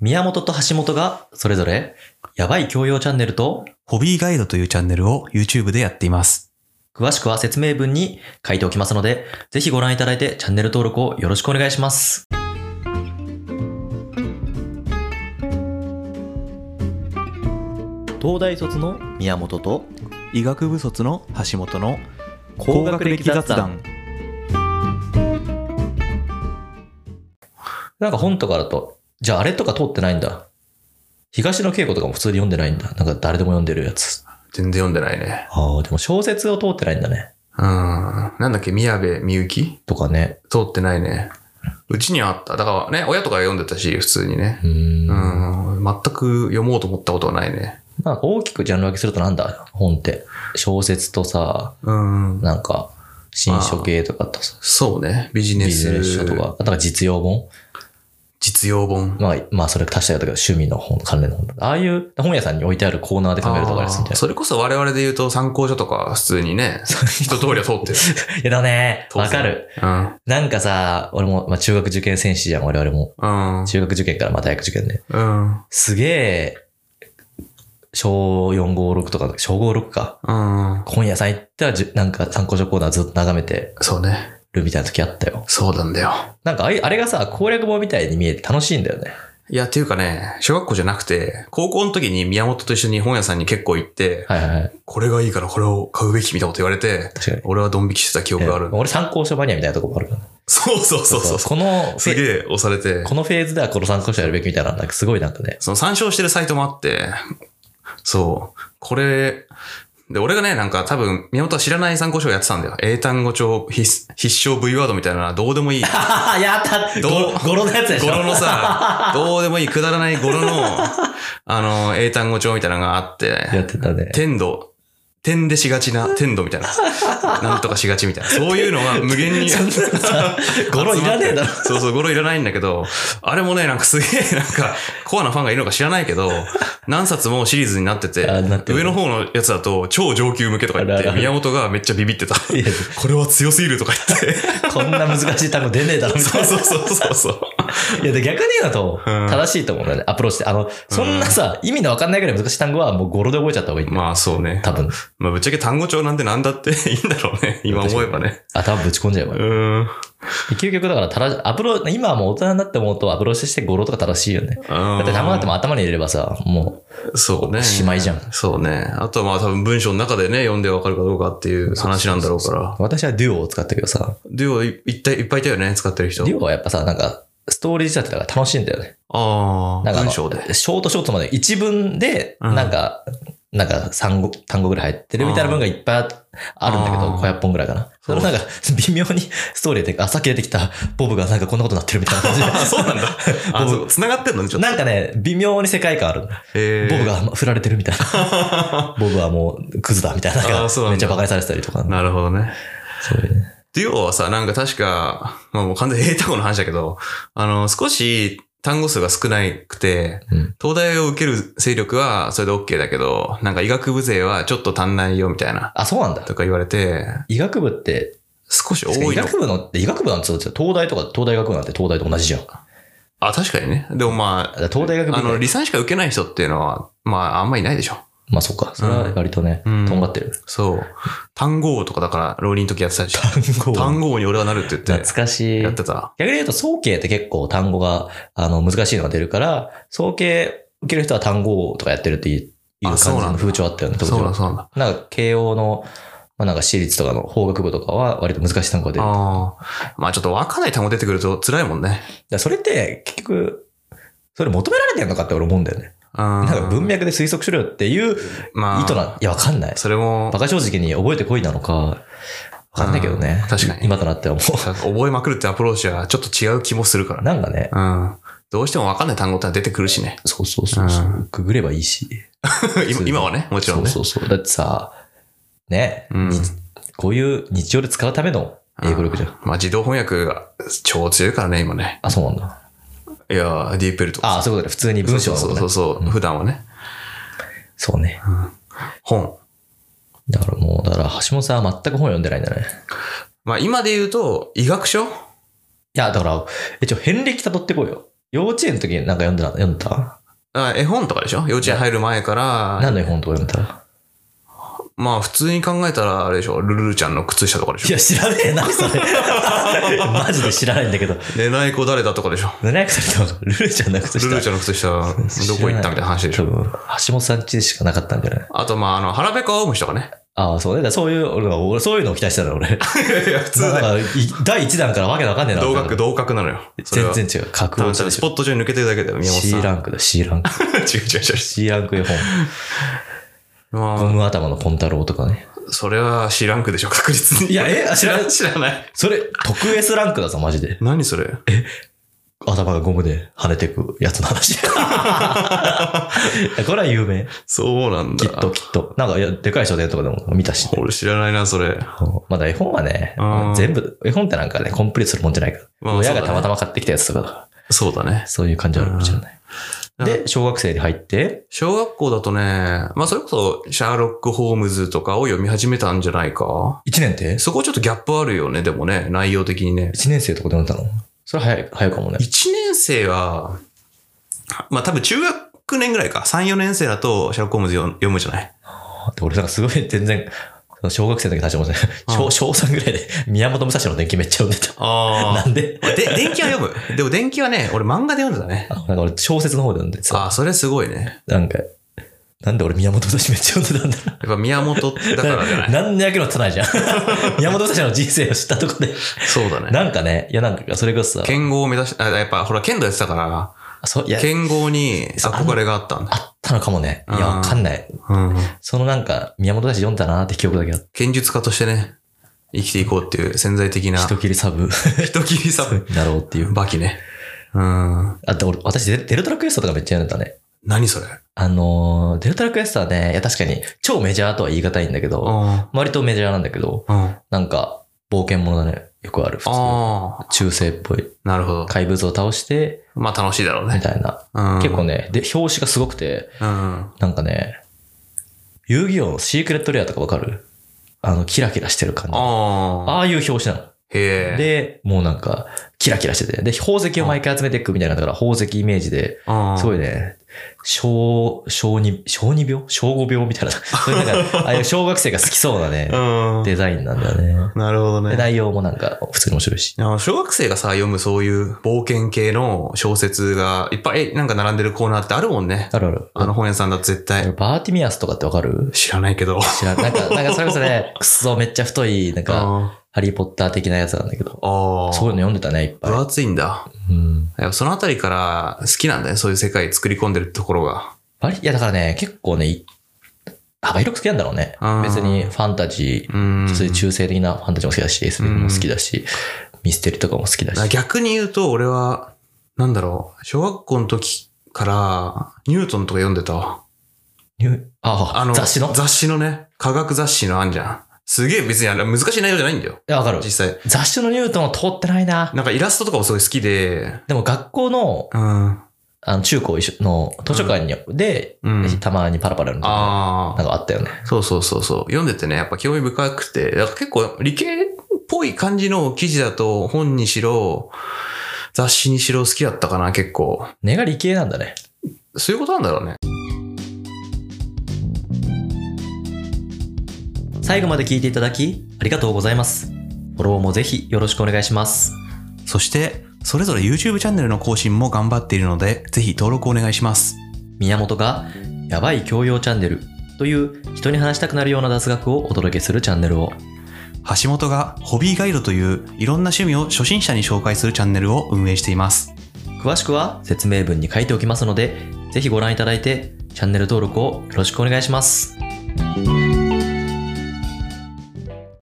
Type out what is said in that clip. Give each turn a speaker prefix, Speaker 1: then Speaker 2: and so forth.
Speaker 1: 宮本と橋本がそれぞれ、やばい教養チャンネルと、
Speaker 2: ホビーガイドというチャンネルを YouTube でやっています。
Speaker 1: 詳しくは説明文に書いておきますので、ぜひご覧いただいてチャンネル登録をよろしくお願いします。東大卒の宮本と、
Speaker 2: 医学部卒の橋本の
Speaker 1: 高学歴雑談。なんか本とかだと、じゃああれとか通ってないんだ。東野圭子とかも普通に読んでないんだ。なんか誰でも読んでるやつ。
Speaker 3: 全然読んでないね。
Speaker 1: ああ、でも小説を通ってないんだね。
Speaker 3: うん。なんだっけ、宮部みゆき
Speaker 1: とかね。
Speaker 3: 通ってないね。うちにはあった。だからね、親とか読んでたし、普通にね。
Speaker 1: うーん。
Speaker 3: う
Speaker 1: ま
Speaker 3: ん。全く読もうと思ったことはないね。
Speaker 1: あ大きくジャンル分けするとなんだ本って。小説とさ、
Speaker 3: うん。
Speaker 1: なんか、新書系とかとさ、
Speaker 3: そうね。ビジネ
Speaker 1: ビジネ
Speaker 3: ス
Speaker 1: ス書とか、あとは実用本
Speaker 3: 実用本。
Speaker 1: まあ、まあ、それ足したりだけど、趣味の本、関連の本。ああいう本屋さんに置いてあるコーナーで考えるとかですみた
Speaker 3: あー
Speaker 1: い
Speaker 3: それこそ我々で言うと参考書とか普通 にね、一通りは通ってる。
Speaker 1: な。いやだね、わかる。
Speaker 3: うん。
Speaker 1: なんかさ、俺も、まあ、中学受験戦士じゃん、我々も。
Speaker 3: うん。
Speaker 1: 中学受験からまあ大学受験で。
Speaker 3: うん。
Speaker 1: すげえ、小4、5、6とか、小5、6か。
Speaker 3: うん。
Speaker 1: 本屋さん行ったらじゅ、なんか参考書コーナーずっと眺めて
Speaker 3: そうね。
Speaker 1: るみたいな時あったよ。
Speaker 3: そうなんだよ。
Speaker 1: なんかあいあれがさ、攻略本みたいに見えて楽しいんだよね。
Speaker 3: いや、っていうかね、小学校じゃなくて、高校の時に宮本と一緒に本屋さんに結構行って、
Speaker 1: はいはいはい。
Speaker 3: これがいいからこれを買うべきみたいなこと言われて、
Speaker 1: 確かに。
Speaker 3: 俺はドン引きしてた記憶がある
Speaker 1: え。俺参考書マニアみたいなとこもあるからね。
Speaker 3: そうそうそうそう。
Speaker 1: この、
Speaker 3: すげえ押されて
Speaker 1: こ、のフェーズではこの参考書やるべきみたいな、なんかすごいなんか ね。
Speaker 3: その参照してるサイトもあって、そう、これ、で、俺がね、なんか多分、宮本は知らない参考書をやってたんだよ。英単語帳必必勝 V ワードみたいな、どうでもいい。
Speaker 1: ああ、やった
Speaker 3: どう
Speaker 1: ゴロのやつで
Speaker 3: 語呂の さ、どうでもいい、くだらない語呂の、あの、英単語帳みたいなのがあって、
Speaker 1: やってた ね。
Speaker 3: 天度。天でしがちな、 天度みたいな。なんとかしがちみたいな。そういうのは無限に。
Speaker 1: ゴロいらねえだろ。
Speaker 3: そうそう、ゴロいらないんだけど、あれもね、なんかすげえ、 なんか、コアなファンがいるのか知らないけど、何冊もシリーズになってて、
Speaker 1: あなってる
Speaker 3: 上の方のやつだと、超上級向けとか言っ
Speaker 1: ある
Speaker 3: て
Speaker 1: あ、る
Speaker 3: 宮本がめっちゃビビってた。
Speaker 1: いや
Speaker 3: これは強すぎるとか言 って。
Speaker 1: こんな難しい単語出ねえだろ、みたい
Speaker 3: そうそうそうそうそう。
Speaker 1: な。いや、で逆に言うと、
Speaker 3: うん
Speaker 1: 正しいと思うんだよね、アプローチって。あの、そんなさ、意味のわかんないぐらい難しい単語はもうゴロで覚えちゃった方がいいんだよ。
Speaker 3: まあそうね。
Speaker 1: 多分。
Speaker 3: まあぶっちゃけ単語帳なんてなんだっていいんだろうね。今思えばね。
Speaker 1: 頭ぶち込んじゃえば
Speaker 3: う。ーん。
Speaker 1: 究極だから正し、アプローチ、今はもう大人になって思うとアプローチして語呂とか正しいよね。だって生だっても頭に入れればさ、も
Speaker 3: そうね。
Speaker 1: おしまいじゃん
Speaker 3: そうね。あとはまあ多分文章の中でね、読んでわかるかどうかっていう話なんだろうから。
Speaker 1: う、私はデュオを使ってるけどさ、
Speaker 3: デュオいいっぱいいっぱいいたよね、使ってる人。
Speaker 1: デュオはやっぱさ、なんか、ストーリー仕立てだから楽しいんだよね。なんかあ
Speaker 3: ああ、
Speaker 1: の
Speaker 3: 文章 で。
Speaker 1: ショートショートまで一文で、
Speaker 3: うん
Speaker 1: なんか、なんか3語、単語ぐらい入ってるみたいな文がいっぱいあるんだけど、
Speaker 3: あー
Speaker 1: 500本ぐらいかな。そ
Speaker 3: そう
Speaker 1: れなんか、微妙にストーリーで、あ、さっき出てきたボブがなんかこんなことになってるみたいな 感じで。
Speaker 3: そうなんだ。あ、そう、繋がってんのね、ちょっと。
Speaker 1: なんかね、微妙に世界観あるんだ。
Speaker 3: え
Speaker 1: ボブ。が振られてるみたい な。ボブはもうクズだみたいな。
Speaker 3: あーそうなんだ
Speaker 1: めっちゃ馬鹿にされてたりとか。
Speaker 3: なるほどね。
Speaker 1: そういうね。
Speaker 3: デュオはさ、なんか確か、まあもう完全に英単語の話だけど、あの、少し単語数が少なくて、
Speaker 1: うん
Speaker 3: 東大を受ける勢力はそれで OK だけど、なんか医学部勢はちょっと足んないよみたいな、
Speaker 1: あ、そうなんだ。
Speaker 3: とか言われて、
Speaker 1: 医学部って、
Speaker 3: 少し
Speaker 1: 確かに
Speaker 3: 多い
Speaker 1: 医
Speaker 3: の
Speaker 1: 学部のって、医学部なんてそうですよ東大とか、東大学部なんて東大と同じじゃん。だか
Speaker 3: あ、確かにね。でもまあ、
Speaker 1: ら東大学部
Speaker 3: あの、
Speaker 1: って
Speaker 3: 理算しか受けない人っていうのは、まあ、あんまりいないでしょ。
Speaker 1: まあそっか。それは割とね、
Speaker 3: うん
Speaker 1: とんがってる。
Speaker 3: そう。単語王とかだから、浪人の時やってたし、
Speaker 1: 単
Speaker 3: 単語王に俺はなるって言って、
Speaker 1: 懐かしい。
Speaker 3: やっ
Speaker 1: 逆
Speaker 3: てた。
Speaker 1: に言うと、総計って結構単語が、あの、難しいのが出るから、総計受ける人は単語とかやってるっていう感
Speaker 3: あ
Speaker 1: じ
Speaker 3: そうなん
Speaker 1: の
Speaker 3: だ
Speaker 1: 風潮あったよね、当時
Speaker 3: そうなん
Speaker 1: は。
Speaker 3: そうなんだ。
Speaker 1: なんか、慶応の、まあなんか私立とかの法学部とかは割と難しい単語が出る。だか
Speaker 3: ああ。まあちょっとわかんない単語出てくると辛いもんね。
Speaker 1: らそれって、結局、それ求められてるのかって俺思うんだよね。な
Speaker 3: な
Speaker 1: んか文脈で推測しろよっていう意
Speaker 3: まあ、
Speaker 1: 図な、いや、わかんない。
Speaker 3: それも
Speaker 1: バ、カ正直に覚えてこいなのか、わかんないけどね
Speaker 3: うん。確かに
Speaker 1: 今となってはも
Speaker 3: 覚えまくるってアプローチはちょっと違う気もするか
Speaker 1: う、
Speaker 3: らね。
Speaker 1: なんかね、
Speaker 3: うん。どうしてもわかんない単語ってのは出てくるしね。
Speaker 1: そうそうそうそうう、くぐればいいし。
Speaker 3: 今今はね、もちろんね。
Speaker 1: そうそうそう。だってさ、ね、
Speaker 3: うん
Speaker 1: にこういう日常で使うための英語力じゃん。
Speaker 3: まあ自動翻訳が超強いからね、今ね。
Speaker 1: あ、そうなんだ。
Speaker 3: いやー、ディープエルとか。
Speaker 1: ああ、そういうことで、普通に文章のこ
Speaker 3: そ
Speaker 1: と
Speaker 3: う
Speaker 1: ね
Speaker 3: そうそうそう。普段はね。
Speaker 1: そうね。
Speaker 3: 本。
Speaker 1: だからもう、だから橋本さんは全く本読んでないんだね。
Speaker 3: まあ今で言うと、医学書
Speaker 1: いや、だから、一応、遍歴辿ってこいよ。幼稚園の時なんか読んだ、読んだ
Speaker 3: あ絵本とかでしょ幼稚園入る前から、
Speaker 1: 何の絵本とか読んだ
Speaker 3: まあ普通に考えたらあれでしょ、ルルルちゃんの靴下とかで
Speaker 1: い
Speaker 3: しょ。
Speaker 1: や、知らねえな、そ れ。マジで知らないんだけど。
Speaker 3: 寝ない子誰だとかでしょ。
Speaker 1: 700歳のルルちゃんなくとし
Speaker 3: ルル
Speaker 1: た
Speaker 3: ルちゃん の靴下、どこ行ったみたいな話でし
Speaker 1: 多
Speaker 3: ょ。
Speaker 1: 分、橋本さん家しかなかったんじゃない
Speaker 3: あと、まあ、あの、腹ペコ青虫 とかね。
Speaker 1: ああ、そうね。だからそういう、俺は、俺そういうのを期待してたの、俺。
Speaker 3: いや、普通
Speaker 1: なん
Speaker 3: だよ。
Speaker 1: かい第1弾からわけわかんねえな。
Speaker 3: 同格、同格なのよ。それは
Speaker 1: 全然違う。格
Speaker 3: 多
Speaker 1: を
Speaker 3: 分それスポット上に抜けてるだけだよ、宮本さん。
Speaker 1: C ランクだ、C ランク。
Speaker 3: 違う違う違
Speaker 1: C ランク絵本。
Speaker 3: う。ま
Speaker 1: ゴ
Speaker 3: あ、
Speaker 1: ム頭のポン太郎とかね。
Speaker 3: それは C ランクでしょ、確実に。
Speaker 1: いやえあ知らん
Speaker 3: 知らない。
Speaker 1: それ、特 S ランクだぞ、マジで。
Speaker 3: 何それ
Speaker 1: 頭がゴムで跳ねてくやつの 話。これは有名。
Speaker 3: そうなん
Speaker 1: き
Speaker 3: だ。
Speaker 1: っときっと。なんか、いや、でかい書店とかでも見たし。
Speaker 3: 俺知らないな、それ。
Speaker 1: まだ絵本はね
Speaker 3: う、ん
Speaker 1: 全部、絵本ってなんかね、コンプリートするもんじゃないから。
Speaker 3: まあ
Speaker 1: 親が
Speaker 3: そうだね
Speaker 1: たまたま買ってきたやつとかだから、
Speaker 3: そうだね。
Speaker 1: そういう感じはあるかもしれない。
Speaker 3: うん
Speaker 1: で、小学生に入って、
Speaker 3: 小学校だとね、まあそれこそ、シャーロック・ホームズとかを読み始めたんじゃないか。
Speaker 1: 1年って
Speaker 3: そこちょっとギャップあるよね、でもね、内容的にね。
Speaker 1: ?1 年生とかで読んだのそれ早い、早いかもね。
Speaker 3: 1年生は、まあ多分中学年ぐらいか。3、4年生だと、シャーロック・ホームズ読読むじゃない。
Speaker 1: で俺なんかすごい全然、その小学生の時の話もね、
Speaker 3: うん
Speaker 1: 小、小3ぐらいで宮本武蔵の伝記めっちゃ読んでた。
Speaker 3: あ
Speaker 1: な。んで
Speaker 3: で、電気は読む。でも電気はね、俺漫画で読んでたね。
Speaker 1: あなんか俺小説の方で読んでさ、
Speaker 3: ああ、それすごいね。
Speaker 1: なんか、なんで俺宮本武蔵めっちゃ読んでたんだ
Speaker 3: やっぱ宮本だからじ ゃない。
Speaker 1: 何の役にも立たないじゃん。 宮本武蔵の人生を知ったとこで。
Speaker 3: そうだね。
Speaker 1: なんかね、いやなんかそれこそさ、
Speaker 3: 剣豪を目指し、あやっぱほら剣道やってたか
Speaker 1: そうい
Speaker 3: ら、
Speaker 1: や、
Speaker 3: 剣豪に憧れがあったんだ。
Speaker 1: あったのかもね。いや、
Speaker 3: うん
Speaker 1: わかんない。
Speaker 3: うん。
Speaker 1: そのなんか、宮本武蔵読んだなって記憶だけあって、
Speaker 3: 剣術家としてね、生きていこうっていう潜在的な
Speaker 1: 人切りサブ
Speaker 3: 人斬りさ、
Speaker 1: だろうっていう。
Speaker 3: バキね。うん。
Speaker 1: あと俺、私デ、デルトラクエストとかめっちゃ読んでたね。
Speaker 3: 何それ
Speaker 1: あのー、デルトラクエストはね、いや確かに超メジャーとは言い難いんだけど、
Speaker 3: あ
Speaker 1: 割とメジャーなんだけど、
Speaker 3: あ。うん
Speaker 1: なんか、冒険者だね。よくある、普通。
Speaker 3: ああ。
Speaker 1: 中世っぽい。
Speaker 3: なるほど。
Speaker 1: 怪物を倒して、
Speaker 3: まあ楽しいだろう
Speaker 1: み
Speaker 3: ね。
Speaker 1: たいな。
Speaker 3: うん。
Speaker 1: 結構。ね、で、表紙がすごくて、
Speaker 3: うん。
Speaker 1: なんかね、遊戯王のシークレットレアとかわかるあの、キラキラしてる感じ。あ
Speaker 3: ああ。
Speaker 1: あいう表紙なの。
Speaker 3: へえ。、
Speaker 1: で、もうなんか、キラキラしてて。で、宝石を毎回集めていくみたいな、だから宝石イメージで、すご
Speaker 3: い。
Speaker 1: いね、小、小二、小二病小五病み たいな。そういうなんか、ああいう小学生が好きそうなね
Speaker 3: う、ん。
Speaker 1: デザインなんだよね。
Speaker 3: なるほど
Speaker 1: で、
Speaker 3: ね。
Speaker 1: 内容もなんか、普通に面白いし。
Speaker 3: あの小学生がさ、読むそういう冒険系の小説がいっぱいなんか並んでるコーナーってあるもんね。
Speaker 1: あるある。
Speaker 3: あの本屋さんだと絶対。
Speaker 1: バーティミアスとかってわかる
Speaker 3: 知らないけど。
Speaker 1: 知らん。なん か、なんかそれこそね、くそめっちゃ太い、なんか、
Speaker 3: あ
Speaker 1: ハリーポッター的なやつなんだけど。
Speaker 3: あ。
Speaker 1: そういうの読んでたね、いっぱい。
Speaker 3: 分厚いんだ。
Speaker 1: うん。
Speaker 3: やっぱそのあたりから好きなんだね。そういう世界作り込んでるところが。
Speaker 1: 割いや、だからね、結構ね、い幅広く好きなんだろうね
Speaker 3: あー。
Speaker 1: 別にファンタジ
Speaker 3: う
Speaker 1: ー、
Speaker 3: ん。
Speaker 1: そういう中性的なファンタジーも好きだし、SF も好きだし、ミステリーとかも好きだ
Speaker 3: だから
Speaker 1: し。
Speaker 3: 逆に言うと、俺は、なんだろう。小学校の時から、ニュートンとか読んでたわ。
Speaker 1: ニューあ
Speaker 3: あの、
Speaker 1: 雑誌のい
Speaker 3: 雑誌のね、科学雑誌のあんじゃん。すげえ別にあれ難しい内容じゃないんだよ。
Speaker 1: や、わかる。
Speaker 3: 実際。
Speaker 1: 雑誌のニュートンは通ってないな。
Speaker 3: なんかイラストとかもすごい好きで、
Speaker 1: でも学校の、
Speaker 3: うん。
Speaker 1: あの、中高一緒の図書館に、で、
Speaker 3: うん
Speaker 1: たまにパラパラの時ね
Speaker 3: あ
Speaker 1: な
Speaker 3: あ。
Speaker 1: んかあったよね。
Speaker 3: そうそうそうそう。読んでてね、やっぱ興味深くて、だから結構理系っぽい感じの記事だと本にしろ、雑誌にしろ好きだったかな、結構。
Speaker 1: 根が理系なんだね。
Speaker 3: そういうことなんだろうね。
Speaker 1: 最後まで聞いていただき、ありがとうございます。フォローもぜひよろしくお願いします。
Speaker 2: そして、それぞれ YouTube チャンネルの更新も頑張っているので、ぜひ登録お願いします。
Speaker 1: 宮本がやばい教養チャンネルという人に話したくなるような雑学をお届けするチャンネルを
Speaker 2: 橋本がホビーガイドといういろんな趣味を初心者に紹介するチャンネルを運営しています。
Speaker 1: 詳しくは説明文に書いておきますのでぜひご覧いただいてチャンネル登録をよろしくお願いします。